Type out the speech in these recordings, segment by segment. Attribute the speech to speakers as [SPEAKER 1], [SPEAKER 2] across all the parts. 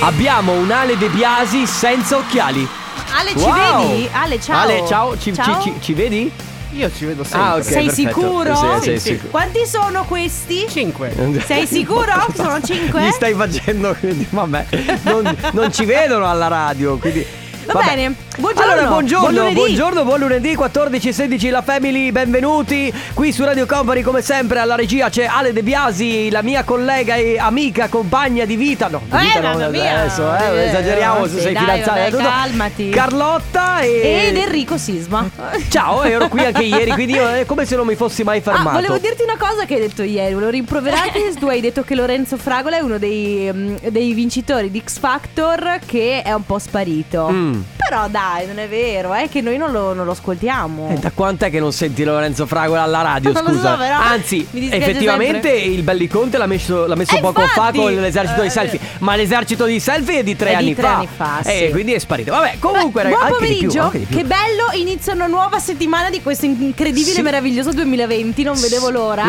[SPEAKER 1] Abbiamo un Ale De Biasi senza occhiali.
[SPEAKER 2] Ale, ci
[SPEAKER 1] Wow!
[SPEAKER 2] vedi? Ale, ciao.
[SPEAKER 1] Ale, ciao, ci,
[SPEAKER 2] Ciao.
[SPEAKER 1] ci- ci- ci vedi?
[SPEAKER 3] Io ci vedo sempre.
[SPEAKER 1] Ah, ok.
[SPEAKER 2] Sei
[SPEAKER 1] perfetto.
[SPEAKER 2] sicuro?
[SPEAKER 1] Sì, sei
[SPEAKER 3] Sì, sì.
[SPEAKER 1] sicuro.
[SPEAKER 2] Quanti sono questi?
[SPEAKER 3] 5.
[SPEAKER 2] Sei sicuro? Sono cinque?
[SPEAKER 1] Mi stai facendo. quindi, Vabbè, non, non ci vedono alla radio. Quindi.
[SPEAKER 2] Va
[SPEAKER 1] vabbè.
[SPEAKER 2] bene. Buongiorno.
[SPEAKER 1] Allora, buongiorno,
[SPEAKER 2] Buon lunedì.
[SPEAKER 1] buongiorno, buon lunedì 14.16 La Family, benvenuti qui su Radio Company come sempre alla regia c'è Ale De Biasi, la mia collega e amica, compagna di vita No, di
[SPEAKER 2] Eh,
[SPEAKER 1] vita
[SPEAKER 2] mamma
[SPEAKER 1] non
[SPEAKER 2] mia.
[SPEAKER 1] adesso, eh,
[SPEAKER 2] Eh,
[SPEAKER 1] esageriamo se
[SPEAKER 2] sì,
[SPEAKER 1] sei
[SPEAKER 2] dai,
[SPEAKER 1] fidanzata
[SPEAKER 2] vabbè,
[SPEAKER 1] e tutto.
[SPEAKER 2] calmati.
[SPEAKER 1] Carlotta e...
[SPEAKER 2] Ed Enrico Sisma.
[SPEAKER 1] Ciao, eh, ero qui anche ieri, quindi io, è come se non mi fossi mai fermato
[SPEAKER 2] Ah, volevo dirti una cosa che hai detto ieri, volevo rimproverarti. tu hai detto che Lorenzo Fragola è uno dei, mm, dei vincitori di X Factor che è un po' sparito.
[SPEAKER 1] Mm.
[SPEAKER 2] Però dai, non è vero, è che noi non lo, non lo ascoltiamo.
[SPEAKER 1] E Eh, da quant'è che non senti Lorenzo Fragola alla radio,
[SPEAKER 2] Non lo so,
[SPEAKER 1] scusa?
[SPEAKER 2] però
[SPEAKER 1] Anzi,
[SPEAKER 2] mi dispiace
[SPEAKER 1] effettivamente il Belliconte l'ha messo, l'ha messo
[SPEAKER 2] Eh,
[SPEAKER 1] poco
[SPEAKER 2] infatti!
[SPEAKER 1] fa con l'esercito
[SPEAKER 2] Eh,
[SPEAKER 1] di selfie. Ma l'esercito di selfie è di tre
[SPEAKER 2] È di
[SPEAKER 1] anni
[SPEAKER 2] tre
[SPEAKER 1] fa.
[SPEAKER 2] anni fa,
[SPEAKER 1] E
[SPEAKER 2] sì.
[SPEAKER 1] quindi è sparito. Vabbè, comunque,
[SPEAKER 2] Beh,
[SPEAKER 1] ragazzi.
[SPEAKER 2] buon
[SPEAKER 1] anche di più,
[SPEAKER 2] pomeriggio,
[SPEAKER 1] anche di più.
[SPEAKER 2] che bello, inizia una nuova settimana di questo incredibile,
[SPEAKER 1] Sì.
[SPEAKER 2] meraviglioso 2020, non vedevo l'ora.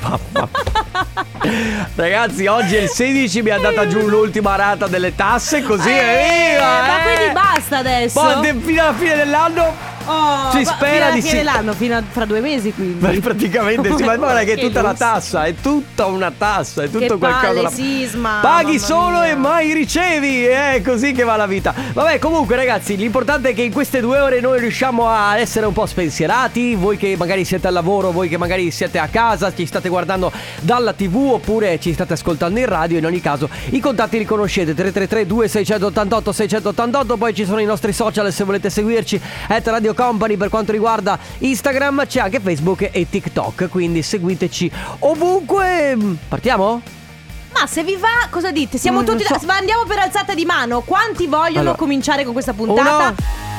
[SPEAKER 1] Mamma mia. Ragazzi, oggi è il 16, mi è andata giù l'ultima rata delle tasse, così
[SPEAKER 2] Eh,
[SPEAKER 1] è viva!
[SPEAKER 2] ma
[SPEAKER 1] eh.
[SPEAKER 2] quindi basta adesso.
[SPEAKER 1] Poi de- fino alla fine dell'anno
[SPEAKER 2] Oh,
[SPEAKER 1] si
[SPEAKER 2] ma-
[SPEAKER 1] spera
[SPEAKER 2] fino alla
[SPEAKER 1] di
[SPEAKER 2] fine
[SPEAKER 1] sì.
[SPEAKER 2] dell'anno, fino a fra due mesi
[SPEAKER 1] Ma
[SPEAKER 2] quindi.
[SPEAKER 1] praticamente sì, ma guarda che è
[SPEAKER 2] Che
[SPEAKER 1] tutta una
[SPEAKER 2] lusso.
[SPEAKER 1] tassa, è tutta una tassa, è tutto
[SPEAKER 2] Che
[SPEAKER 1] qualcosa.
[SPEAKER 2] palle,
[SPEAKER 1] da-
[SPEAKER 2] sisma,
[SPEAKER 1] Paghi
[SPEAKER 2] mamma
[SPEAKER 1] solo
[SPEAKER 2] mia.
[SPEAKER 1] e mai ricevi, è così che va la vita. Vabbè, comunque ragazzi, l'importante è che in queste due ore noi riusciamo a essere un po' spensierati, voi che magari siete al lavoro, voi che magari siete a casa, ci state guardando dalla tv oppure ci state ascoltando in radio, in ogni caso i contatti li conoscete, 333 2688 688, poi ci sono i nostri social se volete seguirci, at Radio Company per quanto riguarda Instagram, c'è anche Facebook e TikTok, quindi seguiteci ovunque. Partiamo?
[SPEAKER 2] Ma se vi va, cosa dite? Siamo
[SPEAKER 1] Mm,
[SPEAKER 2] tutti.
[SPEAKER 1] non so.
[SPEAKER 2] Ma andiamo per alzata di mano. Quanti vogliono
[SPEAKER 1] Allora,
[SPEAKER 2] cominciare con questa puntata?
[SPEAKER 1] Uno.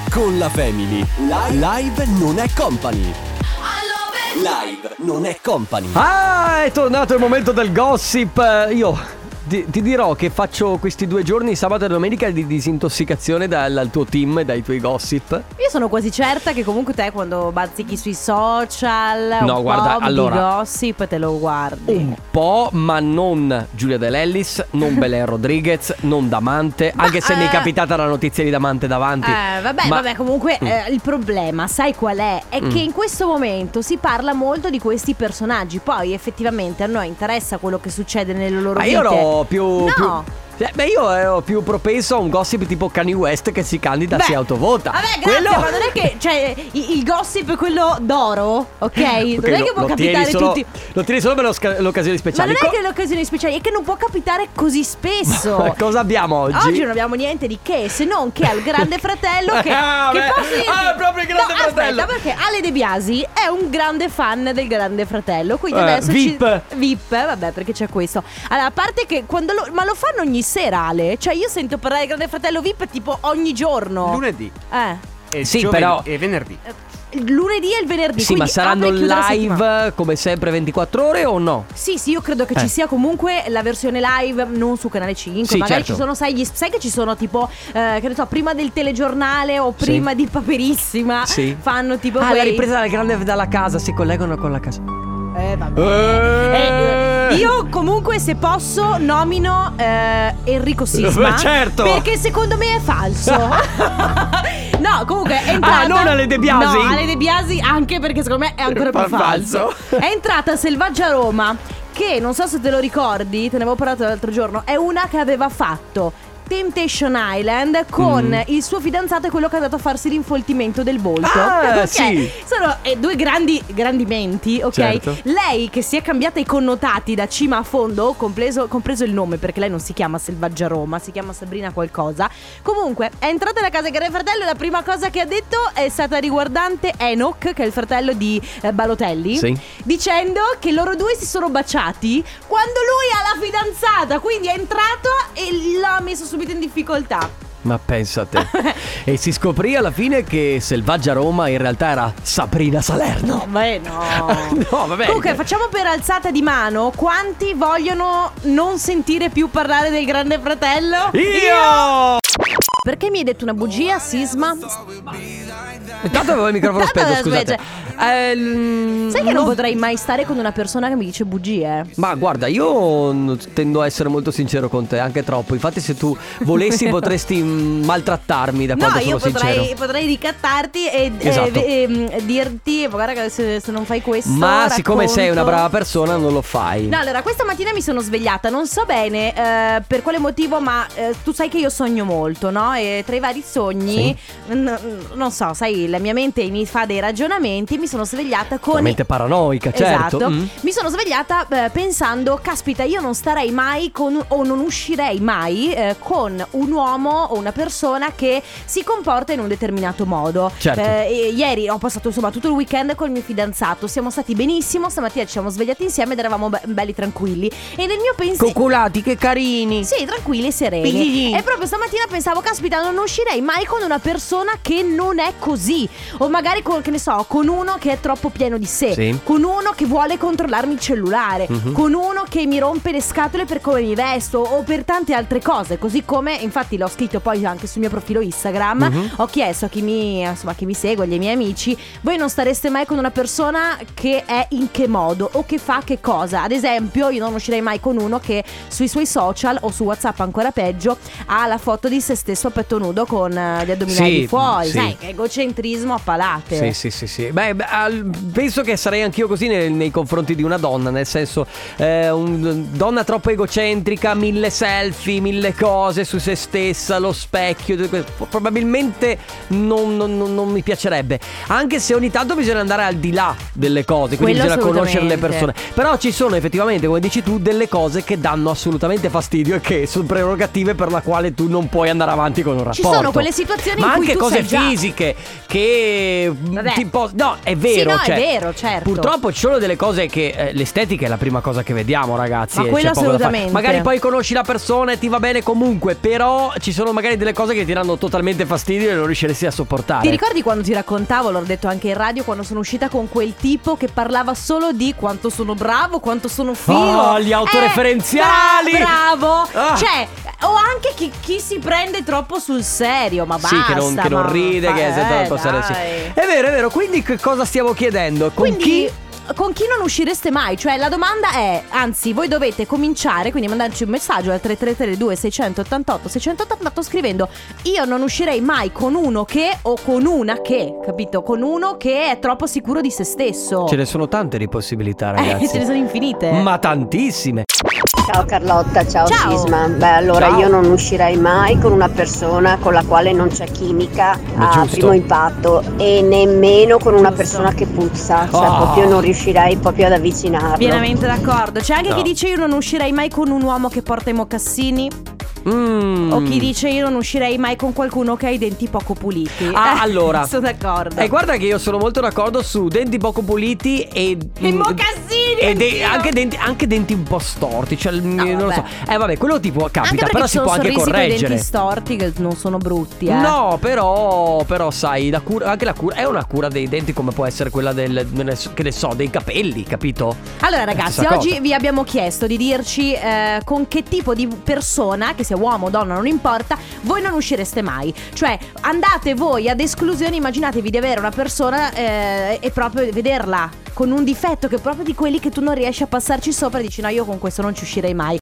[SPEAKER 4] Con la Family. Live, non è company. Live non è company.
[SPEAKER 1] Ah, è tornato il momento del gossip. Eh, Io ti, ti dirò che faccio questi due giorni, sabato e domenica, di disintossicazione dal, dal tuo team e dai tuoi gossip.
[SPEAKER 2] Io sono quasi certa che comunque te quando bazzichi sui social,
[SPEAKER 1] No,
[SPEAKER 2] un
[SPEAKER 1] guarda,
[SPEAKER 2] po' di
[SPEAKER 1] allora-
[SPEAKER 2] gossip te lo guardi.
[SPEAKER 1] Un po', ma non Giulia De Lellis, non Belen Rodriguez, non Damante. anche se mi è
[SPEAKER 2] eh,
[SPEAKER 1] capitata la notizia di Damante davanti.
[SPEAKER 2] Eh, vabbè,
[SPEAKER 1] Ma-
[SPEAKER 2] vabbè, comunque
[SPEAKER 1] Mm.
[SPEAKER 2] eh, il problema, sai qual è? È
[SPEAKER 1] Mm.
[SPEAKER 2] che in questo momento si parla molto di questi personaggi, poi effettivamente a noi interessa quello che succede nelle loro
[SPEAKER 1] Ma
[SPEAKER 2] vite.
[SPEAKER 1] io ero più.
[SPEAKER 2] No.
[SPEAKER 1] più- Cioè, beh, io ero più propenso a un gossip tipo Kanye West che si candida,
[SPEAKER 2] Beh,
[SPEAKER 1] si autovota.
[SPEAKER 2] Vabbè, grazie,
[SPEAKER 1] Quello-
[SPEAKER 2] ma non è che cioè, i- il gossip è quello d'oro, ok?
[SPEAKER 1] Ok,
[SPEAKER 2] non è
[SPEAKER 1] lo-
[SPEAKER 2] che può
[SPEAKER 1] lo tieni
[SPEAKER 2] capitare
[SPEAKER 1] solo-
[SPEAKER 2] tutti.
[SPEAKER 1] Lo tieni solo per lo sca- le occasioni
[SPEAKER 2] Ma
[SPEAKER 1] speciali.
[SPEAKER 2] non è
[SPEAKER 1] Co-
[SPEAKER 2] che le occasioni speciali, è che non può capitare così spesso.
[SPEAKER 1] Cosa abbiamo oggi?
[SPEAKER 2] Oggi non abbiamo niente di che, se non che al grande fratello che,
[SPEAKER 1] Ah,
[SPEAKER 2] che
[SPEAKER 1] beh.
[SPEAKER 2] posso dirti-
[SPEAKER 1] Ah, è proprio il Grande
[SPEAKER 2] No,
[SPEAKER 1] Fratello.
[SPEAKER 2] Aspetta, perché Ale De Biasi è un grande fan del grande fratello, quindi
[SPEAKER 1] Eh,
[SPEAKER 2] adesso
[SPEAKER 1] VIP.
[SPEAKER 2] ci VIP, vabbè, perché c'è questo. Allora, a parte che quando lo ma lo fanno ogni sera Ale, cioè io sento parlare del grande fratello VIP tipo ogni giorno.
[SPEAKER 3] Lunedì.
[SPEAKER 2] eh.
[SPEAKER 3] E
[SPEAKER 1] Sì,
[SPEAKER 3] giovedì
[SPEAKER 1] però-
[SPEAKER 3] E venerdì.
[SPEAKER 2] Il lunedì e il venerdì.
[SPEAKER 1] Sì, ma
[SPEAKER 2] quindi
[SPEAKER 1] saranno
[SPEAKER 2] apre e chiude la settimana.
[SPEAKER 1] live come sempre 24 ore o no?
[SPEAKER 2] Sì, sì, io credo che
[SPEAKER 1] Eh.
[SPEAKER 2] ci sia comunque la versione live, non su canale 5,
[SPEAKER 1] Sì,
[SPEAKER 2] magari
[SPEAKER 1] certo.
[SPEAKER 2] ci sono, sai, gli- sai che ci sono tipo, eh, che ne so, prima del telegiornale o
[SPEAKER 1] Sì.
[SPEAKER 2] prima di Paperissima,
[SPEAKER 1] Sì.
[SPEAKER 2] fanno tipo...
[SPEAKER 1] Ah,
[SPEAKER 2] quei-
[SPEAKER 1] la ripresa dalla grande dalla casa, si collegano con la casa.
[SPEAKER 2] Eh, vabbè. Eh, io comunque se posso nomino eh, Enrico Sisma
[SPEAKER 1] Beh, certo.
[SPEAKER 2] Perché secondo me è falso No comunque è entrata
[SPEAKER 1] Ah, non Ale De Biasi?
[SPEAKER 2] No Ale De Biasi anche perché secondo me è ancora più
[SPEAKER 1] Fa-
[SPEAKER 2] falso,
[SPEAKER 1] falso.
[SPEAKER 2] È entrata Selvaggia Roma Che non so se te lo ricordi Te ne avevo parlato l'altro giorno È una che aveva fatto Temptation Island con
[SPEAKER 1] Mm.
[SPEAKER 2] il suo fidanzato e quello che è andato a farsi l'infoltimento del volto.
[SPEAKER 1] Ah,
[SPEAKER 2] Ok?
[SPEAKER 1] sì.
[SPEAKER 2] Sono eh, due grandi, grandi menti, ok?
[SPEAKER 1] Certo.
[SPEAKER 2] Lei che si è cambiata i connotati da cima a fondo, compreso, compreso il nome, perché lei non si chiama Selvaggia Roma, si chiama Sabrina qualcosa. Comunque, è entrata nella casa del Grande Fratello e la prima cosa che ha detto è stata riguardante Enoch, che è il fratello di eh, Balotelli,
[SPEAKER 1] Sì.
[SPEAKER 2] dicendo che loro due si sono baciati quando lui ha la fidanzata, quindi è entrato e l'ha messo subito in difficoltà.
[SPEAKER 1] Ma pensa a te. e si scoprì alla fine che Selvaggia Roma in realtà era Sabrina Salerno.
[SPEAKER 2] Beh, no.
[SPEAKER 1] No, vabbè. eh.
[SPEAKER 2] Comunque, facciamo per alzata di mano. Quanti vogliono non sentire più parlare del grande fratello?
[SPEAKER 1] Io!
[SPEAKER 2] Perché mi hai detto una bugia, Sisma?
[SPEAKER 1] Intanto avevo il microfono
[SPEAKER 2] Tanto
[SPEAKER 1] spento,
[SPEAKER 2] aveva
[SPEAKER 1] scusate.
[SPEAKER 2] spento.
[SPEAKER 1] Ehm,
[SPEAKER 2] Sai che non potrei mai stare con una persona che mi dice bugie?
[SPEAKER 1] Ma guarda, io n- tendo a essere molto sincero con te, anche troppo. Infatti, se tu volessi, potresti mm, maltrattarmi da
[SPEAKER 2] No,
[SPEAKER 1] quando
[SPEAKER 2] io
[SPEAKER 1] sono
[SPEAKER 2] potrei,
[SPEAKER 1] sincero.
[SPEAKER 2] potrei ricattarti e, e-
[SPEAKER 1] Esatto.
[SPEAKER 2] e- e- dirti, guarda che se, se non fai questo...
[SPEAKER 1] Ma siccome sei una
[SPEAKER 2] racconto-
[SPEAKER 1] brava persona, non lo fai.
[SPEAKER 2] No, allora, questa mattina mi sono svegliata, non so bene eh, per quale motivo, ma eh, tu sai che io sogno molto, no? E tra i vari sogni, n- non so, sai, la mia mente ini- fa dei ragionamenti, mi sono svegliata con...
[SPEAKER 1] Veramente paranoica, certo.
[SPEAKER 2] Esatto,
[SPEAKER 1] Mm.
[SPEAKER 2] mi sono svegliata eh, pensando, caspita, io non starei mai con o non uscirei mai eh, con un uomo o una persona che si comporta in un determinato modo.
[SPEAKER 1] Certo.
[SPEAKER 2] Eh, e ieri ho passato insomma tutto il weekend col mio fidanzato, siamo stati benissimo, stamattina ci siamo svegliati insieme ed eravamo be- belli tranquilli. E nel mio pensiero...
[SPEAKER 1] Coccolati, che carini.
[SPEAKER 2] Sì, tranquilli e sereni.
[SPEAKER 1] Piglilì.
[SPEAKER 2] E proprio stamattina pensavo, caspita, non uscirei mai con una persona che non è così. O magari con, che ne so, con uno che è troppo pieno di sé.
[SPEAKER 1] Sì.
[SPEAKER 2] Con uno che vuole controllarmi il cellulare.
[SPEAKER 1] Mhm.
[SPEAKER 2] Con uno che mi rompe le scatole per come mi vesto. O per tante altre cose. Così come, infatti, l'ho scritto poi anche sul mio profilo Instagram.
[SPEAKER 1] Mhm.
[SPEAKER 2] Ho chiesto a chi mi, insomma, a chi mi segue, agli miei amici, voi non stareste mai con una persona che è in che modo o che fa che cosa? Ad esempio, io non uscirei mai con uno che sui suoi social o su WhatsApp ancora peggio ha la foto di se stesso a petto nudo con eh, gli addominali
[SPEAKER 1] Sì,
[SPEAKER 2] fuori.
[SPEAKER 1] sì.
[SPEAKER 2] Sai, che egocentrismo a palate.
[SPEAKER 1] Sì, sì, sì, sì. Beh, beh, al- penso che sarei anch'io così nel- nei, confronti di una donna, nel senso, eh, un- donna troppo egocentrica, mille selfie, mille cose su se stessa, lo specchio, tutte queste- probabilmente non, non- non- non mi piacerebbe. Anche se ogni tanto bisogna andare al di là delle cose, quindi
[SPEAKER 2] Quello
[SPEAKER 1] bisogna conoscere le
[SPEAKER 2] assolutamente.
[SPEAKER 1] persone. Però ci sono effettivamente, come dici tu, delle cose che danno assolutamente fastidio e che sono prerogative per la quale tu non puoi andare avanti con un
[SPEAKER 2] Ci
[SPEAKER 1] rapporto.
[SPEAKER 2] sono quelle situazioni in
[SPEAKER 1] Ma
[SPEAKER 2] cui
[SPEAKER 1] anche
[SPEAKER 2] tu
[SPEAKER 1] cose
[SPEAKER 2] sai già.
[SPEAKER 1] fisiche che
[SPEAKER 2] Vabbè.
[SPEAKER 1] ti pos- no, è vero.
[SPEAKER 2] Sì, no, è
[SPEAKER 1] cioè,
[SPEAKER 2] vero, certo.
[SPEAKER 1] Purtroppo ci sono delle cose che eh, l'estetica è la prima cosa che vediamo, ragazzi.
[SPEAKER 2] Ma
[SPEAKER 1] e
[SPEAKER 2] quello
[SPEAKER 1] c'è poco da fare.
[SPEAKER 2] assolutamente.
[SPEAKER 1] Magari poi conosci la persona e ti va bene comunque, però ci sono magari delle cose che ti danno totalmente fastidio e non riusciresti a sopportare.
[SPEAKER 2] Ti ricordi quando ti raccontavo, l'ho detto anche in radio, quando sono uscita con quel tipo che parlava solo di quanto sono bravo, quanto sono figo.
[SPEAKER 1] Oh, gli
[SPEAKER 2] Eh,
[SPEAKER 1] autoreferenziali!
[SPEAKER 2] bra- bravo!
[SPEAKER 1] Ah.
[SPEAKER 2] Cioè, o anche chi, chi si prende troppo sul serio, ma basta.
[SPEAKER 1] Sì, che non, che non
[SPEAKER 2] ma-
[SPEAKER 1] ride,
[SPEAKER 2] ma-
[SPEAKER 1] che è senza
[SPEAKER 2] eh,
[SPEAKER 1] passare. Sì.
[SPEAKER 2] dai.
[SPEAKER 1] È vero, è vero. Quindi, che cosa stiamo chiedendo? Con
[SPEAKER 2] Quindi...
[SPEAKER 1] chi
[SPEAKER 2] Con chi non uscireste mai? Cioè la domanda è, anzi voi dovete cominciare, quindi mandarci un messaggio al 3332 688 688 scrivendo io non uscirei mai con uno che o con una che, capito? Con uno che è troppo sicuro di se stesso.
[SPEAKER 1] ce ne sono tante di possibilità,
[SPEAKER 2] Oh. Eh,
[SPEAKER 1] ragazzi.
[SPEAKER 2] ce ne sono infinite.
[SPEAKER 1] Ma tantissime.
[SPEAKER 3] Ciao Carlotta, ciao,
[SPEAKER 2] Ciao.
[SPEAKER 3] Sisma. Beh, allora
[SPEAKER 1] Ciao.
[SPEAKER 3] io non uscirei mai con una persona con la quale non c'è chimica
[SPEAKER 1] Ma
[SPEAKER 3] a
[SPEAKER 1] giusto.
[SPEAKER 3] primo impatto e nemmeno con una
[SPEAKER 2] Giusto.
[SPEAKER 3] persona che puzza, cioè
[SPEAKER 1] Ah.
[SPEAKER 3] proprio non riuscirei proprio ad avvicinarlo.
[SPEAKER 2] Pienamente d'accordo. C'è anche
[SPEAKER 1] No.
[SPEAKER 2] chi dice io non uscirei mai con un uomo che porta i mocassini.
[SPEAKER 1] Mm.
[SPEAKER 2] O chi dice io non uscirei mai con qualcuno che ha i denti poco puliti.
[SPEAKER 1] Ah,
[SPEAKER 2] Eh,
[SPEAKER 1] allora.
[SPEAKER 2] Sono d'accordo.
[SPEAKER 1] E guarda che io sono molto d'accordo su denti poco puliti e... mm,
[SPEAKER 2] I mocassini,
[SPEAKER 1] E de-
[SPEAKER 2] anch'io.
[SPEAKER 1] anche, denti, anche denti un po' storti, cioè non lo so.
[SPEAKER 2] vabbè.
[SPEAKER 1] Eh vabbè, quello tipo
[SPEAKER 2] anche
[SPEAKER 1] capita,
[SPEAKER 2] perché
[SPEAKER 1] però
[SPEAKER 2] ci
[SPEAKER 1] si
[SPEAKER 2] sono
[SPEAKER 1] può anche
[SPEAKER 2] sorrisi con i denti
[SPEAKER 1] correggere.
[SPEAKER 2] storti che non sono brutti, eh.
[SPEAKER 1] No, però, però sai, la cura, anche la cura è una cura dei denti come può essere quella del, che ne so, dei capelli, capito?
[SPEAKER 2] Allora ragazzi,
[SPEAKER 1] Stessa
[SPEAKER 2] oggi
[SPEAKER 1] cosa.
[SPEAKER 2] vi abbiamo chiesto di dirci eh, con che tipo di persona, che sia uomo o donna non importa, voi non uscireste mai. Cioè, andate voi ad esclusione, immaginatevi di avere una persona eh, e proprio vederla con un difetto che è proprio di quelli che tu non riesci a passarci sopra e dici no, io con questo non ci uscirei mai.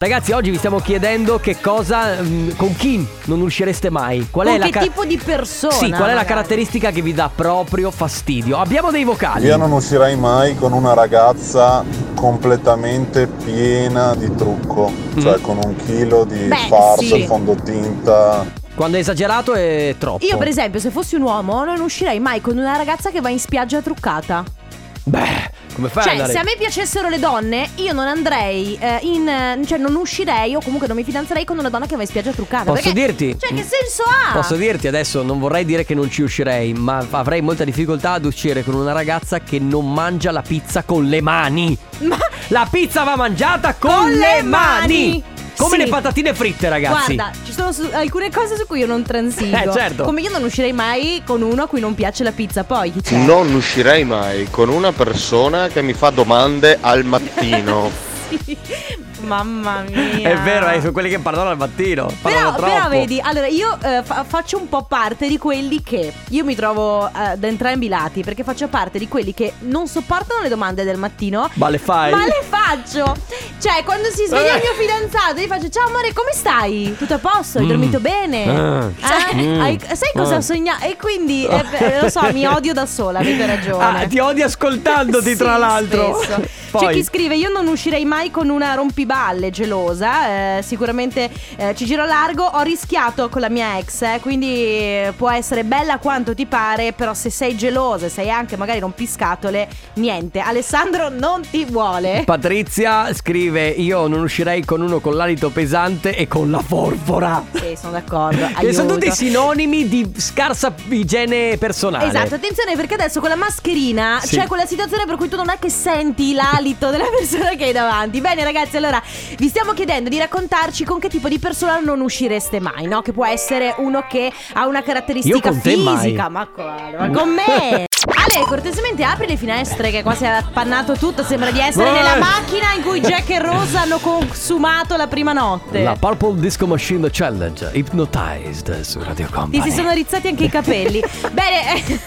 [SPEAKER 1] Ragazzi, oggi vi stiamo chiedendo che cosa, mm, con chi non uscireste mai. Qual
[SPEAKER 2] con
[SPEAKER 1] è la
[SPEAKER 2] che
[SPEAKER 1] ca-
[SPEAKER 2] tipo di persona?
[SPEAKER 1] Sì, qual è la
[SPEAKER 2] magari?
[SPEAKER 1] caratteristica che vi dà proprio fastidio? Abbiamo dei vocali.
[SPEAKER 5] Io non uscirei mai con una ragazza completamente piena di trucco, cioè con un chilo di
[SPEAKER 2] Beh,
[SPEAKER 5] farsa,
[SPEAKER 2] sì.
[SPEAKER 5] fondotinta.
[SPEAKER 1] Quando è esagerato è troppo.
[SPEAKER 2] Io per esempio, se fossi un uomo, non uscirei mai con una ragazza che va in spiaggia truccata.
[SPEAKER 1] Beh, come fai
[SPEAKER 2] Cioè,
[SPEAKER 1] ad andare?
[SPEAKER 2] se a me piacessero le donne, io non andrei eh, in. eh, cioè, non uscirei o comunque non mi fidanzerei con una donna che va in spiaggia truccata.
[SPEAKER 1] Posso
[SPEAKER 2] perché-
[SPEAKER 1] dirti?
[SPEAKER 2] Cioè, che senso ha?
[SPEAKER 1] Posso dirti adesso, non vorrei dire che non ci uscirei, ma avrei molta difficoltà ad uscire con una ragazza che non mangia la pizza con le mani.
[SPEAKER 2] Ma
[SPEAKER 1] La pizza va mangiata con,
[SPEAKER 2] Con
[SPEAKER 1] le,
[SPEAKER 2] le
[SPEAKER 1] mani!
[SPEAKER 2] mani!
[SPEAKER 1] Come
[SPEAKER 2] Sì.
[SPEAKER 1] le patatine fritte, ragazzi.
[SPEAKER 2] guarda, ci sono su- alcune cose su cui io non transigo.
[SPEAKER 1] Eh, certo.
[SPEAKER 2] Come io non uscirei mai con uno a cui non piace la pizza. Poi chi c'è?
[SPEAKER 6] Non uscirei mai con una persona che mi fa domande al mattino.
[SPEAKER 2] Sì. Mamma mia.
[SPEAKER 1] È vero, eh, sono quelli che parlano al mattino.
[SPEAKER 2] Però,
[SPEAKER 1] parlano
[SPEAKER 2] però
[SPEAKER 1] troppo.
[SPEAKER 2] vedi, allora io eh, fa- faccio un po' parte di quelli che io mi trovo eh, da entrambi i lati perché faccio parte di quelli che non sopportano le domande del mattino.
[SPEAKER 1] Ma le fai?
[SPEAKER 2] Ma le faccio! Cioè, quando si sveglia
[SPEAKER 1] Eh.
[SPEAKER 2] il mio fidanzato, gli faccio: Ciao amore, come stai? Tutto a posto? Hai
[SPEAKER 1] Mm.
[SPEAKER 2] dormito bene?
[SPEAKER 1] Ah.
[SPEAKER 2] Eh,
[SPEAKER 1] Mm.
[SPEAKER 2] hai- sai cosa
[SPEAKER 1] Ah.
[SPEAKER 2] ho sognato? E quindi, eh, beh, lo so, mi odio da sola, avete ragione.
[SPEAKER 1] Ah, ti odi ascoltandoti,
[SPEAKER 2] Sì,
[SPEAKER 1] tra l'altro.
[SPEAKER 2] spesso.
[SPEAKER 1] Poi,
[SPEAKER 2] C'è chi scrive: Io non uscirei mai con una rompiballe gelosa. eh, sicuramente eh, ci giro largo. Ho rischiato con la mia ex. eh, quindi eh, può essere bella quanto ti pare. Però se sei gelosa e sei anche magari rompiscatole, niente. Alessandro non ti vuole.
[SPEAKER 1] Patrizia scrive: Io non uscirei con uno con l'alito pesante e con la forfora.
[SPEAKER 2] Sì, sono d'accordo.
[SPEAKER 1] Che sono tutti
[SPEAKER 2] aiuto.
[SPEAKER 1] sinonimi di scarsa igiene personale.
[SPEAKER 2] Esatto, attenzione perché adesso con la mascherina
[SPEAKER 1] Sì.
[SPEAKER 2] c'è quella situazione per cui tu non è che senti l'alito della persona che hai davanti. Bene ragazzi, allora vi stiamo chiedendo di raccontarci con che tipo di persona non uscireste mai, no? Che può essere uno che ha una
[SPEAKER 1] Io
[SPEAKER 2] caratteristica
[SPEAKER 1] con te mai.
[SPEAKER 2] fisica, ma quale? Ma con me! Ale, cortesemente apri le finestre che qua si è appannato tutto, sembra di essere
[SPEAKER 1] Eh.
[SPEAKER 2] nella macchina in cui Jack e Rosa hanno consumato la prima notte.
[SPEAKER 1] La Purple Disco Machine Challenge, Hypnotized su Radio Company.
[SPEAKER 2] Ti si sono rizzati anche i capelli. Bene, eh,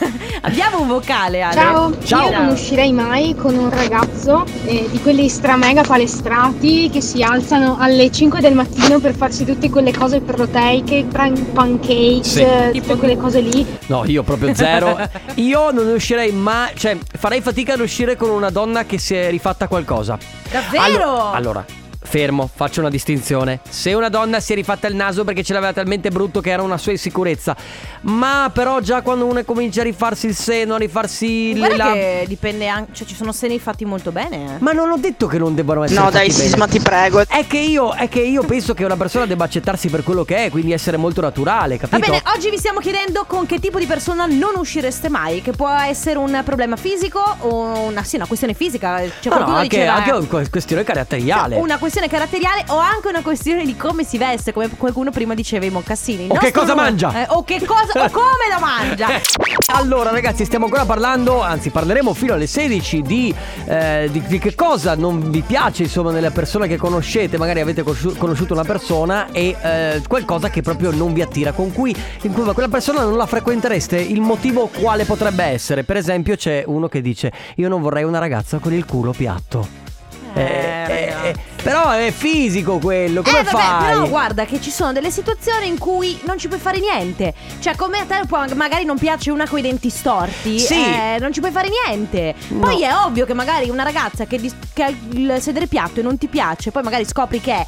[SPEAKER 2] abbiamo un vocale, Ale.
[SPEAKER 6] Ciao.
[SPEAKER 1] Ciao.
[SPEAKER 6] io non uscirei mai con un ragazzo eh, di quelli stramega palestrati che si alzano alle 5 del mattino per farsi tutte quelle cose proteiche, pan- pancakes,
[SPEAKER 1] Sì.
[SPEAKER 6] eh,
[SPEAKER 2] Tipo-
[SPEAKER 6] tutte quelle cose lì.
[SPEAKER 1] No, io proprio zero. io non uscirei mai. Cioè, farei fatica ad uscire con una donna che si è rifatta qualcosa.
[SPEAKER 2] Davvero?
[SPEAKER 1] Allo- allora. Fermo, faccio una distinzione. Se una donna si è rifatta il naso perché ce l'aveva talmente brutto che era una sua insicurezza, ma però già quando uno comincia a rifarsi il seno, a rifarsi il
[SPEAKER 2] Guarda
[SPEAKER 1] la-
[SPEAKER 2] che dipende anche, cioè ci sono seni fatti molto bene. eh.
[SPEAKER 1] Ma non ho detto che non debbano essere
[SPEAKER 7] No, dai,
[SPEAKER 1] fatti bene.
[SPEAKER 7] Sisma, ti prego.
[SPEAKER 1] È che io è che io penso che una persona debba accettarsi per quello che è, quindi essere molto naturale,
[SPEAKER 2] Va
[SPEAKER 1] capito?
[SPEAKER 2] bene, oh, oggi vi stiamo chiedendo con che tipo di persona non uscireste mai, che può essere un problema fisico o una, sì, una questione fisica, cioè
[SPEAKER 1] Ma no,
[SPEAKER 2] qualcuno
[SPEAKER 1] anche,
[SPEAKER 2] diceva,
[SPEAKER 1] anche una que- questione caratteriale.
[SPEAKER 2] una questione caratteriale o anche una questione di come si veste, come qualcuno prima diceva i mocassini. Il
[SPEAKER 1] O che
[SPEAKER 2] nostro
[SPEAKER 1] cosa
[SPEAKER 2] numero-
[SPEAKER 1] mangia.
[SPEAKER 2] eh, o che cosa, o come la mangia.
[SPEAKER 1] Allora ragazzi stiamo ancora parlando, anzi parleremo fino alle 16 di, eh, di- di che cosa non vi piace insomma nella persona che conoscete, magari avete cosci- conosciuto una persona e eh, qualcosa che proprio non vi attira, con cui in cui quella persona non la frequentereste, il motivo quale potrebbe essere? Per esempio c'è uno che dice io non vorrei una ragazza con il culo piatto.
[SPEAKER 2] Eh,
[SPEAKER 1] Eh, eh,
[SPEAKER 2] raga.
[SPEAKER 1] eh, però è fisico quello, come
[SPEAKER 2] eh, vabbè,
[SPEAKER 1] fai?
[SPEAKER 2] Però guarda che ci sono delle situazioni in cui non ci puoi fare niente. Cioè, come a te può- magari non piace una coi denti storti,
[SPEAKER 1] Sì.
[SPEAKER 2] eh, non ci puoi fare niente. Poi è ovvio che magari una ragazza che, dis- che ha il sedere piatto e non ti piace, poi magari scopri che è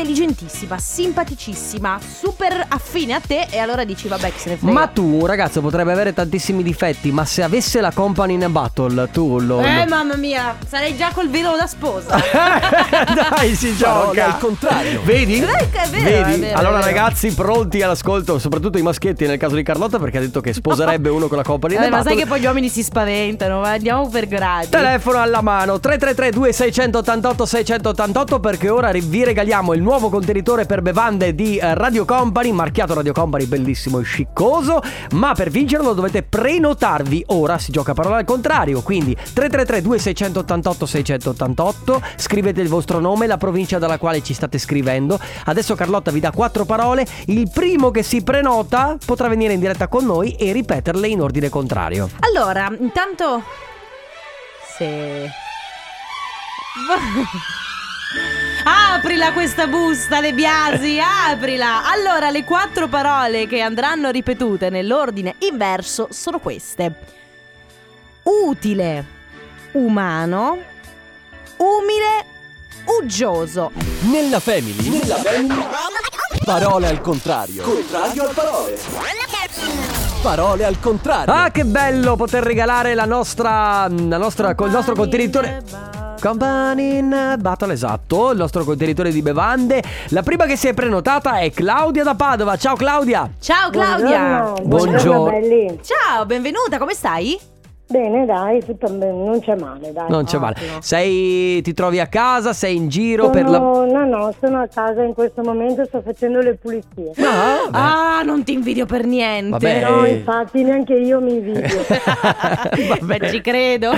[SPEAKER 2] intelligentissima, simpaticissima, super affine a te e allora dici vabbè che se ne frega.
[SPEAKER 1] Ma tu, un ragazzo, potrebbe avere tantissimi difetti, ma se avesse la company in a battle, tu lo.
[SPEAKER 2] eh
[SPEAKER 1] lo-
[SPEAKER 2] mamma mia, sarei già col velo da sposa.
[SPEAKER 1] Dai, si
[SPEAKER 4] Parole
[SPEAKER 1] gioca
[SPEAKER 4] al contrario.
[SPEAKER 1] Vedi?
[SPEAKER 2] È vero, è vero,
[SPEAKER 1] Vedi?
[SPEAKER 2] è vero,
[SPEAKER 1] allora,
[SPEAKER 2] è vero.
[SPEAKER 1] ragazzi, pronti all'ascolto, soprattutto i maschietti nel caso di Carlotta, perché ha detto che sposerebbe uno con la company in a
[SPEAKER 2] Vabbè, Eh, ma
[SPEAKER 1] battle.
[SPEAKER 2] sai che poi gli uomini si spaventano, ma andiamo per gradi.
[SPEAKER 1] Telefono alla mano 333 2688 688 perché ora ri- vi regaliamo il nuovo contenitore per bevande di eh, Radio Company, marchiato Radio Company bellissimo e sciccoso, ma per vincerlo dovete prenotarvi ora, si gioca a parola al contrario, quindi 333 2688 688, scrivete il vostro nome, la provincia dalla quale ci state scrivendo, adesso Carlotta vi dà quattro parole, il primo che si prenota potrà venire in diretta con noi e ripeterle in ordine contrario.
[SPEAKER 2] Allora, intanto. Se. Aprila questa busta, Le Biasi, aprila! Allora, le quattro parole che andranno ripetute nell'ordine inverso sono queste: utile, umano, umile, uggioso.
[SPEAKER 4] Nella family. Nella family. Parole al contrario. Contrario al parole. Parole al contrario.
[SPEAKER 1] Ah, che bello poter regalare la nostra. La nostra col nostro contenitore. Company in Battle, esatto, il nostro contenitore di bevande. La prima che si è prenotata è Claudia da Padova. Ciao Claudia!
[SPEAKER 2] Ciao Claudia!
[SPEAKER 1] Buongiorno.
[SPEAKER 2] Ciao, benvenuta, come stai?
[SPEAKER 7] Bene, dai, tutto ben- non c'è male, dai.
[SPEAKER 1] Non c'è male. Sei, ti trovi a casa, sei in giro
[SPEAKER 7] Sono-
[SPEAKER 1] per la...
[SPEAKER 7] No, no, sono a casa in questo momento, sto facendo le pulizie.
[SPEAKER 1] No, vabbè.
[SPEAKER 2] Ah, non ti invidio per niente.
[SPEAKER 1] Vabbè.
[SPEAKER 7] No,
[SPEAKER 1] Eh.
[SPEAKER 7] infatti neanche io mi invidio.
[SPEAKER 1] Vabbè.
[SPEAKER 2] Beh, ci credo.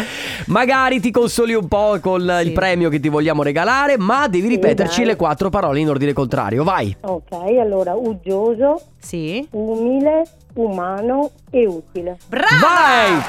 [SPEAKER 1] Magari ti consoli un po' con
[SPEAKER 2] Sì.
[SPEAKER 1] il premio che ti vogliamo regalare, ma devi ripeterci
[SPEAKER 7] dai.
[SPEAKER 1] le quattro parole in ordine contrario. Vai.
[SPEAKER 7] ok, allora, uggioso,
[SPEAKER 2] Sì.
[SPEAKER 7] umile, umano e utile.
[SPEAKER 2] Brava!
[SPEAKER 1] Vai!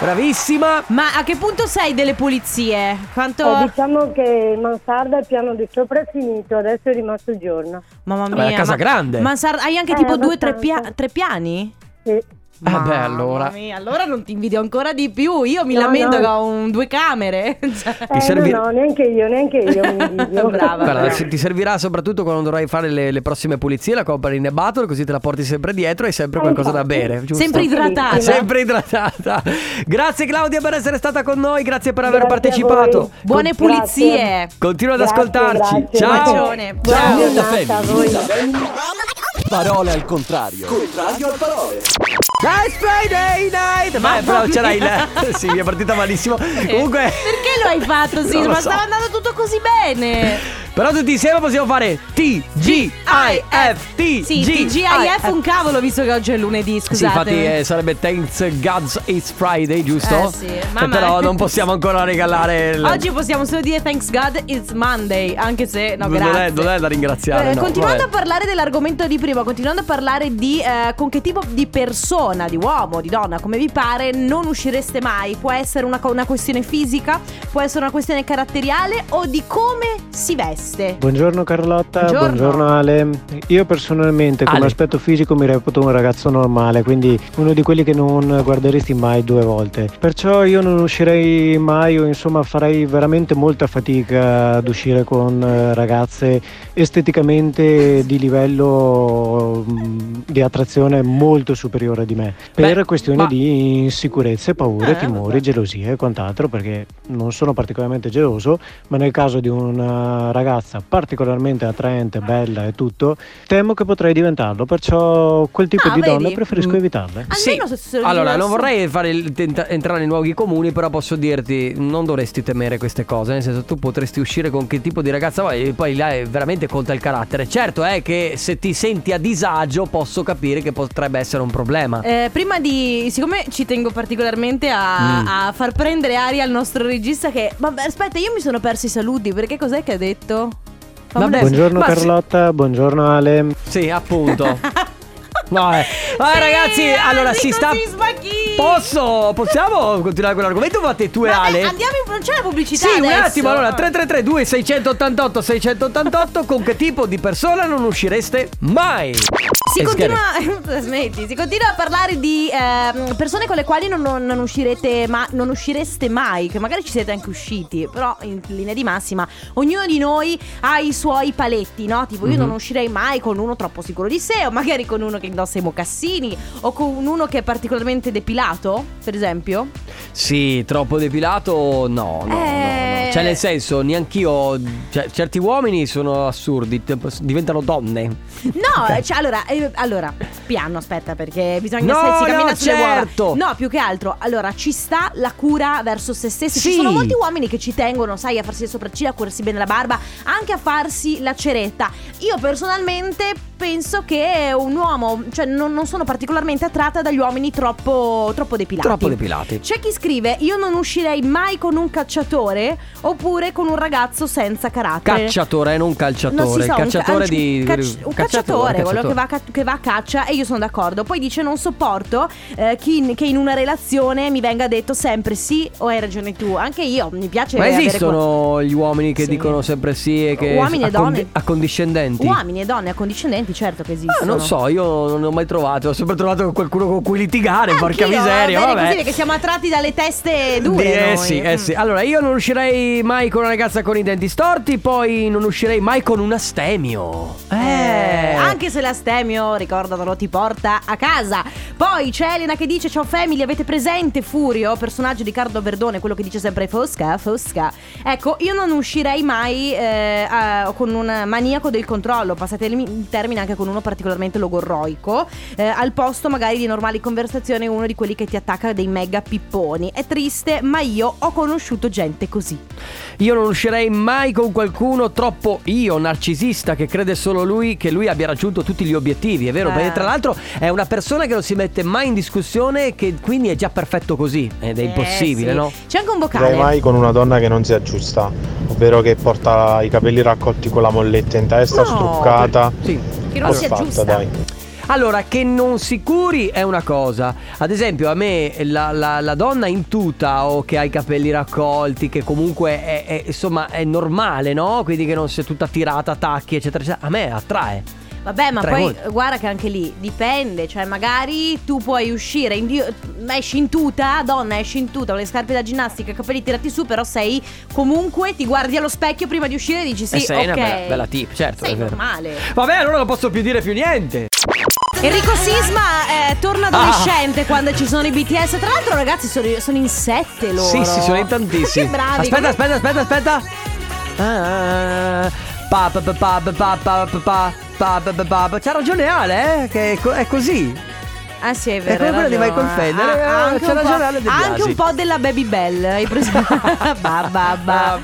[SPEAKER 1] Bravissima!
[SPEAKER 2] Ma a che punto sei delle pulizie? Quanto...
[SPEAKER 1] Ah.
[SPEAKER 7] Eh, diciamo che Mansarda, il piano di sopra è finito, adesso è rimasto giorno.
[SPEAKER 2] Mamma mia.
[SPEAKER 1] Vabbè, è casa
[SPEAKER 2] ma-
[SPEAKER 1] grande.
[SPEAKER 2] Ma sar- hai anche
[SPEAKER 7] Eh,
[SPEAKER 2] tipo due o tre,
[SPEAKER 7] abbastanza.
[SPEAKER 2] pia- tre piani?
[SPEAKER 7] Sì.
[SPEAKER 1] Ah,
[SPEAKER 2] Mamma
[SPEAKER 1] beh, allora.
[SPEAKER 2] mia, allora non ti invidio ancora di più. Io mi
[SPEAKER 7] No,
[SPEAKER 2] lamento
[SPEAKER 7] no.
[SPEAKER 2] che ho un- due camere. Cioè-
[SPEAKER 7] Eh,
[SPEAKER 1] servi-
[SPEAKER 7] no, no, neanche io, neanche io mi
[SPEAKER 2] Brava,
[SPEAKER 7] invidio.
[SPEAKER 1] Guarda,
[SPEAKER 2] brava.
[SPEAKER 1] se- ti servirà soprattutto quando dovrai fare le, le prossime pulizie, la compra in battle, così te la porti sempre dietro e hai sempre
[SPEAKER 7] Eh,
[SPEAKER 1] qualcosa da
[SPEAKER 7] infatti.
[SPEAKER 1] bere. giusto?
[SPEAKER 2] Sempre idratata.
[SPEAKER 1] Ah, sempre idratata. Grazie Claudia per essere stata con noi, grazie per aver
[SPEAKER 7] Grazie a
[SPEAKER 1] partecipato.
[SPEAKER 7] voi.
[SPEAKER 2] Buone
[SPEAKER 7] Grazie.
[SPEAKER 2] pulizie.
[SPEAKER 1] Continua ad
[SPEAKER 7] Grazie,
[SPEAKER 1] ascoltarci.
[SPEAKER 7] grazie.
[SPEAKER 1] Ciao.
[SPEAKER 2] Bacione.
[SPEAKER 1] Ciao.
[SPEAKER 7] Buona
[SPEAKER 4] Nella
[SPEAKER 7] giornata a
[SPEAKER 4] family.
[SPEAKER 7] voi.
[SPEAKER 4] Parole al contrario. Contrario al parole.
[SPEAKER 1] It's Friday night. Ma
[SPEAKER 2] Mamma
[SPEAKER 1] però c'era
[SPEAKER 2] mia.
[SPEAKER 1] il Sì, mi è partita malissimo. Comunque
[SPEAKER 2] Eh. Perché lo hai fatto,
[SPEAKER 1] Non lo
[SPEAKER 2] Sisma?
[SPEAKER 1] so.
[SPEAKER 2] Stava andando tutto così bene.
[SPEAKER 1] Però tutti insieme possiamo fare T G I F T
[SPEAKER 2] Sì, TGIF un cavolo, visto che oggi è lunedì, scusate.
[SPEAKER 1] Sì, infatti eh, sarebbe Thanks Gods It's Friday, giusto?
[SPEAKER 2] Eh, sì.
[SPEAKER 1] Eh,
[SPEAKER 2] Mamma-
[SPEAKER 1] Però non possiamo ancora regalare il...
[SPEAKER 2] Oggi possiamo solo dire thanks God it's Monday, anche se no,
[SPEAKER 1] non,
[SPEAKER 2] grazie.
[SPEAKER 1] è, non è da ringraziare
[SPEAKER 2] Eh,
[SPEAKER 1] no,
[SPEAKER 2] continuando a
[SPEAKER 1] vabbè.
[SPEAKER 2] parlare dell'argomento di prima, continuando a parlare di eh, con che tipo di persona, di uomo, di donna, come vi pare, non uscireste mai. Può essere una, co- una questione fisica, può essere una questione caratteriale o di come si veste.
[SPEAKER 8] Buongiorno Carlotta,
[SPEAKER 2] Buongiorno.
[SPEAKER 8] buongiorno, Ale. Io personalmente come
[SPEAKER 1] Ale.
[SPEAKER 8] aspetto fisico mi reputo un ragazzo normale, quindi uno di quelli che non guarderesti mai due volte. Perciò io non uscirei mai o insomma farei veramente molta fatica ad uscire con eh, ragazze esteticamente di livello mm, di attrazione molto superiore di me. Per
[SPEAKER 1] Beh,
[SPEAKER 8] questioni
[SPEAKER 1] ma-
[SPEAKER 8] di insicurezze, paure,
[SPEAKER 1] Eh, vabbè.
[SPEAKER 8] timori, gelosie e quant'altro, perché non sono particolarmente geloso, ma nel caso di una ragazza particolarmente attraente, bella e tutto, temo che potrei diventarlo, perciò quel tipo
[SPEAKER 2] Ah,
[SPEAKER 8] di
[SPEAKER 2] vedi?
[SPEAKER 8] donne preferisco
[SPEAKER 1] Mm.
[SPEAKER 8] evitarle.
[SPEAKER 2] Almeno se
[SPEAKER 1] Sì.
[SPEAKER 2] se lo
[SPEAKER 1] Allora,
[SPEAKER 2] diverso.
[SPEAKER 1] non vorrei fare il- tenta- entrare in luoghi comuni, però posso dirti, non dovresti temere queste cose, nel senso tu potresti uscire con che tipo di ragazza vuoi e poi là eh, veramente conta il carattere. Certo è che se ti senti a disagio posso capire che potrebbe essere un problema.
[SPEAKER 2] Eh, prima di. Siccome ci tengo particolarmente a,
[SPEAKER 1] Mm.
[SPEAKER 2] a far prendere aria al nostro regista, che. Vabbè, aspetta, io mi sono persi i saluti. Perché cos'è che ha detto? Fammelo-
[SPEAKER 1] Vabbè.
[SPEAKER 8] Buongiorno
[SPEAKER 1] Ma se-
[SPEAKER 8] Carlotta, buongiorno Ale.
[SPEAKER 1] Sì, appunto. Vabbè. Vabbè,
[SPEAKER 2] Sì,
[SPEAKER 1] eh. ragazzi,
[SPEAKER 2] Andy,
[SPEAKER 1] allora si sta
[SPEAKER 2] così sbaghi.
[SPEAKER 1] Posso possiamo continuare con l'argomento? Fate tu e
[SPEAKER 2] Vabbè,
[SPEAKER 1] Ale.
[SPEAKER 2] Andiamo in. Non c'è la pubblicità.
[SPEAKER 1] Sì, un
[SPEAKER 2] adesso.
[SPEAKER 1] attimo, allora 333 2688 688 con che tipo di persona non uscireste mai?
[SPEAKER 2] Si
[SPEAKER 1] Eh,
[SPEAKER 2] continua, smetti, si continua a parlare di ehm, persone con le quali non, non- non uscirete ma non uscireste mai, che magari ci siete anche usciti, però in linea di massima ognuno di noi ha i suoi paletti, no? Tipo io non uscirei mai con uno troppo sicuro di sé o magari con uno che indossa i mocassini o con uno che è particolarmente depilato, per esempio.
[SPEAKER 1] Sì, troppo depilato, no, no, no,
[SPEAKER 2] Eh.
[SPEAKER 1] no. Cioè, nel senso, neanch'io. Cioè, certi uomini sono assurdi, te- diventano donne.
[SPEAKER 2] No, cioè, allora, eh, allora, piano, aspetta, perché bisogna
[SPEAKER 1] No,
[SPEAKER 2] se- si cammina
[SPEAKER 1] no,
[SPEAKER 2] sulle
[SPEAKER 1] certo.
[SPEAKER 2] uova. No, più che altro, allora, ci sta la cura verso se stessi. Ci
[SPEAKER 1] Sì.
[SPEAKER 2] sono molti uomini che ci tengono, sai, a farsi le sopracciglia, a curarsi bene la barba, anche a farsi la ceretta. Io personalmente penso che un uomo, cioè, non, non sono particolarmente attratta dagli uomini troppo, troppo depilati.
[SPEAKER 1] Troppo depilati.
[SPEAKER 2] C'è chi scrive: Io non uscirei mai con un cacciatore oppure con un ragazzo senza carattere.
[SPEAKER 1] Cacciatore, eh, non calciatore.
[SPEAKER 2] Non si sa, un
[SPEAKER 1] cacciatore
[SPEAKER 2] ca-
[SPEAKER 1] di.
[SPEAKER 2] un cacci- un cacciatore, quello
[SPEAKER 1] cacciatore.
[SPEAKER 2] Che, va a ca- che va a caccia e io sono d'accordo. Poi dice non sopporto eh, chi in- che in una relazione mi venga detto sempre sì o hai ragione tu. Anche io mi piace
[SPEAKER 1] Ma
[SPEAKER 2] avere
[SPEAKER 1] esistono gli uomini che
[SPEAKER 2] Sì.
[SPEAKER 1] dicono sempre sì e che.
[SPEAKER 2] Uomini e donne.
[SPEAKER 1] accondi- Accondiscendenti.
[SPEAKER 2] uomini e donne accondiscendenti, certo che
[SPEAKER 1] Ah,
[SPEAKER 2] esistono.
[SPEAKER 1] non so, io non ne ho mai trovato. Ho sempre trovato qualcuno con cui litigare. porca
[SPEAKER 2] Anch'io,
[SPEAKER 1] miseria.
[SPEAKER 2] va bene
[SPEAKER 1] vabbè.
[SPEAKER 2] così perché siamo attratti dalle teste dure
[SPEAKER 1] Di- eh
[SPEAKER 2] noi.
[SPEAKER 1] sì, eh
[SPEAKER 2] Mm.
[SPEAKER 1] sì. Allora, io non uscirei mai con una ragazza con i denti storti, poi non uscirei mai con un astemio. Eh.
[SPEAKER 2] Eh, anche se l'astemio, ricordatelo, ti porta a casa. Poi c'è Elena che dice: Ciao family, avete presente Furio, personaggio di Carlo Verdone, quello che dice sempre Fosca, Fosca. Ecco, io non uscirei mai eh, a- con un maniaco del controllo, passate il mi- il termine anche con uno particolarmente logorroico, eh, al posto magari di normali conversazioni, uno di quelli che ti attacca dei mega pipponi. È triste, ma io ho conosciuto gente così.
[SPEAKER 1] Io non uscirei mai con qualcuno troppo io, narcisista, che crede solo lui che lui abbia raggiunto tutti gli obiettivi, è vero?
[SPEAKER 2] Eh.
[SPEAKER 1] Perché tra l'altro è una persona che non si mette mai in discussione e che quindi è già perfetto così. Ed è
[SPEAKER 2] Eh,
[SPEAKER 1] impossibile,
[SPEAKER 2] sì.
[SPEAKER 1] no?
[SPEAKER 2] C'è anche un vocale.
[SPEAKER 9] Andrei mai con una donna che non si aggiusta, ovvero che porta i capelli raccolti con la molletta in testa,
[SPEAKER 2] No.
[SPEAKER 9] struccata.
[SPEAKER 1] Sì.
[SPEAKER 2] Che non
[SPEAKER 9] Col
[SPEAKER 2] si
[SPEAKER 9] fatto,
[SPEAKER 2] aggiusta.
[SPEAKER 9] dai.
[SPEAKER 1] Allora, che non si curi è una cosa. Ad esempio, a me la, la- la donna in tuta o che ha i capelli raccolti, che comunque è, è- insomma è normale, no? Quindi che non sia tutta tirata, tacchi, eccetera, eccetera. A me attrae.
[SPEAKER 2] Vabbè, ma
[SPEAKER 1] Tre
[SPEAKER 2] poi
[SPEAKER 1] volte.
[SPEAKER 2] guarda che anche lì dipende, cioè magari tu puoi uscire, in, di- esci in tuta, donna esci in tuta, con le scarpe da ginnastica, i capelli tirati su, però sei comunque, ti guardi allo specchio prima di uscire e dici sì,
[SPEAKER 1] e Eh, sei
[SPEAKER 2] ok.
[SPEAKER 1] una bella, bella tip, certo.
[SPEAKER 2] Sei
[SPEAKER 1] è vero.
[SPEAKER 2] normale.
[SPEAKER 1] Vabbè, allora non posso più dire più niente.
[SPEAKER 2] Enrico Sisma eh,
[SPEAKER 1] Ah!
[SPEAKER 2] torna adolescente quando ci sono i BTS. Tra l'altro, ragazzi, sono, sono in sette loro.
[SPEAKER 1] Sì, sì, sono in tantissimi.
[SPEAKER 2] Che bravi.
[SPEAKER 1] Aspetta,
[SPEAKER 2] Come-
[SPEAKER 1] aspetta, aspetta, aspetta. Ah, pa, pa, pa, pa, pa, pa, pa, pa, pa, pa, pa, pa, pa. C'ha ragione Ale, eh, che è co- è così.
[SPEAKER 2] Ah, sì, è vero.
[SPEAKER 1] come quella di
[SPEAKER 2] vai
[SPEAKER 1] Michael Fender, eh,
[SPEAKER 2] anche,
[SPEAKER 1] c'è
[SPEAKER 2] un
[SPEAKER 1] la
[SPEAKER 2] po',
[SPEAKER 1] giornata di
[SPEAKER 2] anche
[SPEAKER 1] Blasi.
[SPEAKER 2] un po' della Baby Bell. Hai preso. Ba, ba, ba.
[SPEAKER 1] Ah,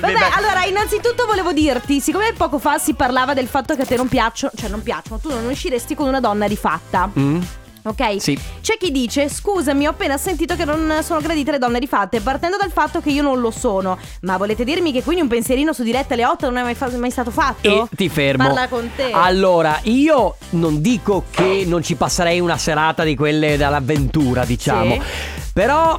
[SPEAKER 2] Vabbè,
[SPEAKER 1] vabbè.
[SPEAKER 2] allora, innanzitutto volevo dirti, siccome poco fa si parlava del fatto che a te non piacciono, cioè non piacciono, tu non usciresti con una donna rifatta.
[SPEAKER 1] Mm,
[SPEAKER 2] Ok?
[SPEAKER 1] sì.
[SPEAKER 2] C'è chi dice: Scusami, ho appena sentito che non sono gradite le donne rifatte, partendo dal fatto che io non lo sono. Ma volete dirmi che quindi un pensierino su diretta alle 8 non è mai, fa- mai stato fatto?
[SPEAKER 1] E ti fermo.
[SPEAKER 2] Esatto. Parla con te.
[SPEAKER 1] Allora, io non dico che non ci passerei una serata di quelle dall'avventura, diciamo. Però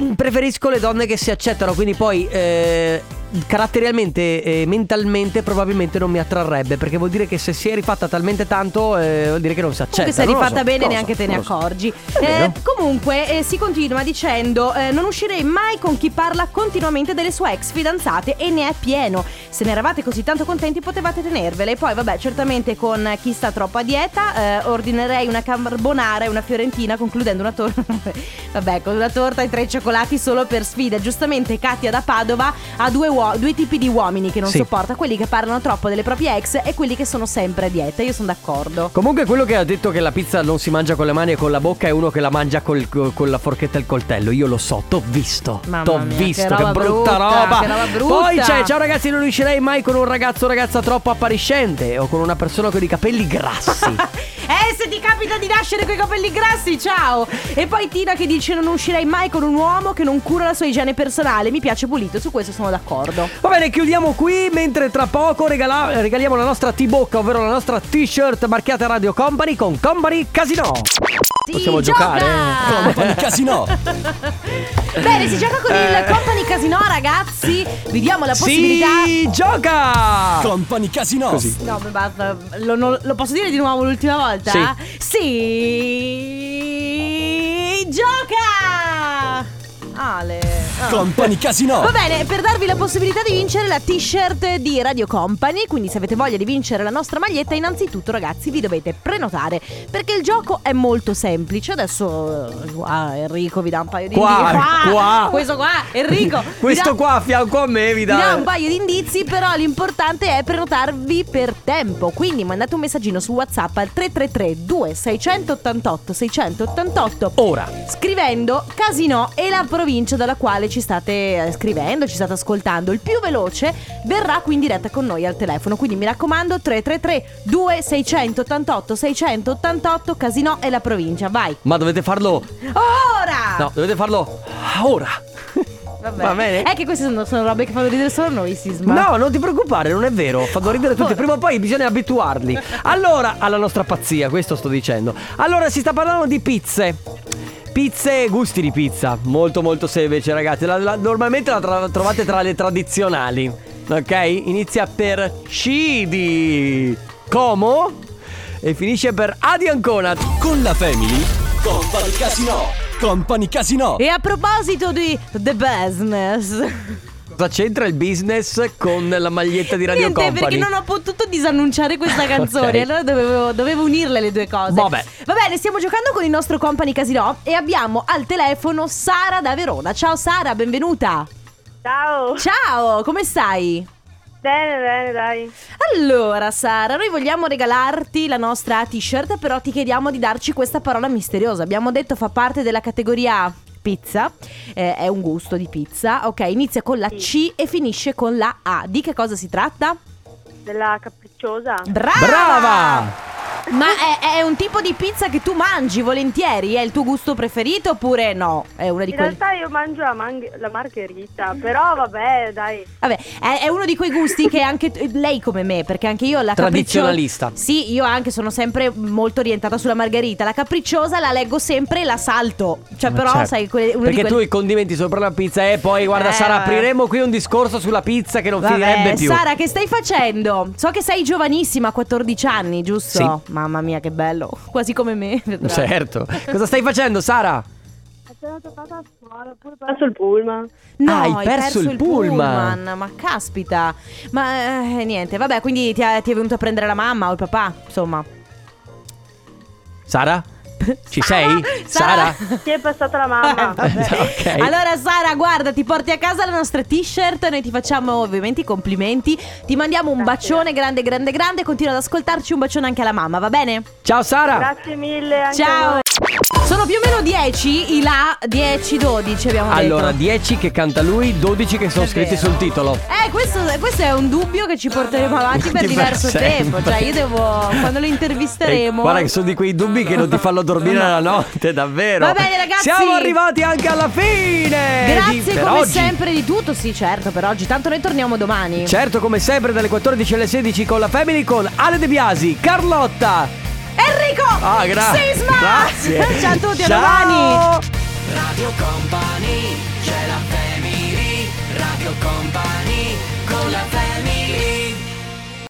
[SPEAKER 1] mm, preferisco le donne che si accettano, quindi poi eh, caratterialmente e mentalmente probabilmente non mi attrarrebbe, perché vuol dire che se si è rifatta talmente tanto eh, vuol dire che non si accetta.
[SPEAKER 2] Comunque se
[SPEAKER 1] Non lo
[SPEAKER 2] rifatta
[SPEAKER 1] so,
[SPEAKER 2] bene
[SPEAKER 1] non lo
[SPEAKER 2] neanche
[SPEAKER 1] so,
[SPEAKER 2] te ne
[SPEAKER 1] non lo so.
[SPEAKER 2] accorgi.
[SPEAKER 1] È vero.
[SPEAKER 2] comunque eh, si continua dicendo: eh, Non uscirei mai con chi parla continuamente delle sue ex fidanzate e ne è pieno. Se ne eravate così tanto contenti potevate tenervele. E poi, vabbè, certamente con chi sta troppo a dieta, eh, ordinerei una carbonara e una fiorentina, concludendo una torta. vabbè, con una torta e tre cioccolati solo per sfida. Giustamente Katia da Padova ha due, uo- due tipi di uomini che non
[SPEAKER 1] Sì.
[SPEAKER 2] sopporta: quelli che parlano troppo delle proprie ex e quelli che sono sempre a dieta. Io sono d'accordo.
[SPEAKER 1] Comunque quello che ha detto che la pizza non si mangia con le mani e con la bocca è uno che la mangia col- co- con la forchetta e il coltello. Io lo so, t'ho visto.
[SPEAKER 2] Mamma
[SPEAKER 1] t'ho
[SPEAKER 2] mia,
[SPEAKER 1] visto,
[SPEAKER 2] che
[SPEAKER 1] che,
[SPEAKER 2] roba
[SPEAKER 1] brutta
[SPEAKER 2] brutta,
[SPEAKER 1] roba.
[SPEAKER 2] che roba brutta.
[SPEAKER 1] Poi c'è, ciao ragazzi, non riuscirei mai con un ragazzo o ragazza troppo appariscente o con una persona con i capelli grassi.
[SPEAKER 2] Eh, se ti capita di nascere coi capelli grassi, ciao! E poi Tina che dice: Non uscirei mai con un uomo che non cura la sua igiene personale. Mi piace pulito, su questo sono d'accordo.
[SPEAKER 1] Va bene, chiudiamo qui, mentre tra poco regala- regaliamo la nostra T-Bocca, ovvero la nostra T-shirt marchiata Radio Company con Company Casino. Possiamo
[SPEAKER 2] si
[SPEAKER 1] giocare?
[SPEAKER 2] Gioca!
[SPEAKER 4] Company Casino.
[SPEAKER 2] Bene, si gioca con
[SPEAKER 1] Eh.
[SPEAKER 2] il Company Casino, ragazzi. Vi diamo la possibilità.
[SPEAKER 1] Si gioca!
[SPEAKER 4] Company Casino.
[SPEAKER 2] No, mi basta. Lo, non- lo posso dire di nuovo l'ultima volta?
[SPEAKER 1] Sì.
[SPEAKER 2] Sì. Gioca! Ale. Ah.
[SPEAKER 4] Company
[SPEAKER 1] Oh.
[SPEAKER 4] Casino.
[SPEAKER 2] Va bene, per darvi la possibilità di vincere la t-shirt di Radio Company, quindi se avete voglia di vincere la nostra maglietta, innanzitutto ragazzi vi dovete prenotare, perché il gioco è molto semplice. Adesso eh, qua Enrico vi dà un paio di
[SPEAKER 1] Qua,
[SPEAKER 2] indizi.
[SPEAKER 1] qua.
[SPEAKER 2] questo qua, Enrico. vi
[SPEAKER 1] Questo
[SPEAKER 2] dà-
[SPEAKER 1] qua a fianco a me vi
[SPEAKER 2] vi dà
[SPEAKER 1] dà...
[SPEAKER 2] un paio di indizi, però l'importante è prenotarvi per tempo. Quindi mandate un messaggino su WhatsApp al 333 2688 688
[SPEAKER 1] Ora.
[SPEAKER 2] scrivendo Casino e la provincia dalla quale ci state eh, scrivendo, ci state ascoltando. Il più veloce verrà qui in diretta con noi al telefono. Quindi mi raccomando 333 2688 688 Casino e la provincia. Vai.
[SPEAKER 1] Ma dovete farlo
[SPEAKER 2] Ora!
[SPEAKER 1] No, dovete farlo ora.
[SPEAKER 2] Vabbè.
[SPEAKER 1] va bene.
[SPEAKER 2] È che queste sono, sono robe che fanno ridere solo noi, Sisma.
[SPEAKER 1] No, non ti preoccupare, non è vero. Fanno ridere tutti. Prima o poi bisogna abituarli. Allora, alla nostra pazzia, questo sto dicendo. Allora, si sta parlando di pizze. Pizze, gusti di pizza. Molto, molto semplice, ragazzi. La- la- normalmente la tra- trovate tra le tradizionali. Ok? Inizia per C di Como e finisce per A di Ancona.
[SPEAKER 4] Con la Family. Company Casino. Company Casino.
[SPEAKER 2] E a proposito di The Business
[SPEAKER 1] Cosa c'entra il business con la maglietta di Radio
[SPEAKER 2] Niente,
[SPEAKER 1] Company?
[SPEAKER 2] perché non ho potuto disannunciare questa canzone.
[SPEAKER 1] Ok. Boh,
[SPEAKER 2] Allora dovevo, dovevo unirle le due cose.
[SPEAKER 1] Vabbè.
[SPEAKER 2] Va bene, stiamo giocando con il nostro company Casino e abbiamo al telefono Sara da Verona. Ciao Sara, benvenuta.
[SPEAKER 7] Ciao.
[SPEAKER 2] Ciao, come stai?
[SPEAKER 7] Bene, bene, dai.
[SPEAKER 2] Allora, Sara, noi vogliamo regalarti la nostra t-shirt, però ti chiediamo di darci questa parola misteriosa. Abbiamo detto fa parte della categoria pizza, eh, è un gusto di pizza. Ok, inizia con la C e finisce con la A. Di che cosa si tratta?
[SPEAKER 7] Della capricciosa.
[SPEAKER 2] Brava! Ah!
[SPEAKER 1] Brava!
[SPEAKER 2] Ma è, è un tipo di pizza che tu mangi volentieri? È il tuo gusto preferito oppure no? È una di
[SPEAKER 7] In
[SPEAKER 2] quelle.
[SPEAKER 7] realtà io mangio la, mang- la margherita, però vabbè, dai.
[SPEAKER 2] Vabbè, è, è uno di quei gusti che anche t- lei come me, perché anche io la capricciosa.
[SPEAKER 1] Tradizionalista.
[SPEAKER 2] Sì, io anche sono sempre molto orientata sulla margherita. La capricciosa la leggo sempre e la salto. Cioè,
[SPEAKER 1] Ma
[SPEAKER 2] però,
[SPEAKER 1] certo.
[SPEAKER 2] sai, que- uno
[SPEAKER 1] Perché
[SPEAKER 2] di
[SPEAKER 1] tu i condimenti sopra la pizza e poi guarda
[SPEAKER 2] Eh,
[SPEAKER 1] Sara
[SPEAKER 2] vabbè.
[SPEAKER 1] apriremo qui un discorso sulla pizza che non
[SPEAKER 2] Vabbè,
[SPEAKER 1] finirebbe più.
[SPEAKER 2] Sara, che stai facendo? So che sei giovanissima, 14 anni, giusto? Mamma mia, che bello. Quasi come me. vedrai.
[SPEAKER 1] Certo. Cosa stai facendo Sara?
[SPEAKER 7] Appena tornata a scuola, oppure perso il pullman.
[SPEAKER 2] No,
[SPEAKER 1] Ah, hai perso il pullman.
[SPEAKER 2] Ma caspita. Ma eh, niente, vabbè, quindi ti, ha- ti è venuto a prendere la mamma o il papà, insomma.
[SPEAKER 1] Sara? Ci sei?
[SPEAKER 2] Ah, Sara.
[SPEAKER 7] Ti è passata la mamma.
[SPEAKER 1] ok.
[SPEAKER 2] Allora Sara guarda ti porti a casa la nostra t-shirt Noi ti facciamo ovviamente i complimenti Ti mandiamo un
[SPEAKER 7] Grazie.
[SPEAKER 2] bacione grande grande grande Continua ad ascoltarci un bacione anche alla mamma va bene?
[SPEAKER 1] Ciao Sara.
[SPEAKER 7] Grazie mille. Anche A
[SPEAKER 2] Ciao
[SPEAKER 7] voi.
[SPEAKER 2] Sono più o meno 10 I là 10-12 abbiamo
[SPEAKER 1] Allora,
[SPEAKER 2] detto
[SPEAKER 1] 10 che canta lui, 12 che sono
[SPEAKER 2] È
[SPEAKER 1] scritti
[SPEAKER 2] vero.
[SPEAKER 1] sul titolo.
[SPEAKER 2] eh, questo, questo è un dubbio che ci porteremo avanti per
[SPEAKER 1] Ti
[SPEAKER 2] diverso
[SPEAKER 1] fa
[SPEAKER 2] tempo.
[SPEAKER 1] sempre.
[SPEAKER 2] Cioè, io devo. Quando lo intervisteremo.
[SPEAKER 1] Eh, guarda che sono di quei dubbi che non ti fanno dormire la notte, davvero.
[SPEAKER 2] Va bene, ragazzi.
[SPEAKER 1] Siamo arrivati anche alla fine. di-
[SPEAKER 2] Grazie
[SPEAKER 1] Eh, per
[SPEAKER 2] come
[SPEAKER 1] oggi.
[SPEAKER 2] sempre di tutto. Sì, certo, per oggi. Tanto noi torniamo domani.
[SPEAKER 1] Certo, come sempre dalle 14 alle 16 con la Family con Ale De Biasi, Carlotta.
[SPEAKER 2] Enrico!
[SPEAKER 1] Ah, grazie.
[SPEAKER 2] Sisma!
[SPEAKER 1] Grazie.
[SPEAKER 2] Ciao a tutti, a
[SPEAKER 1] Ciao.
[SPEAKER 2] domani!
[SPEAKER 4] Radio Company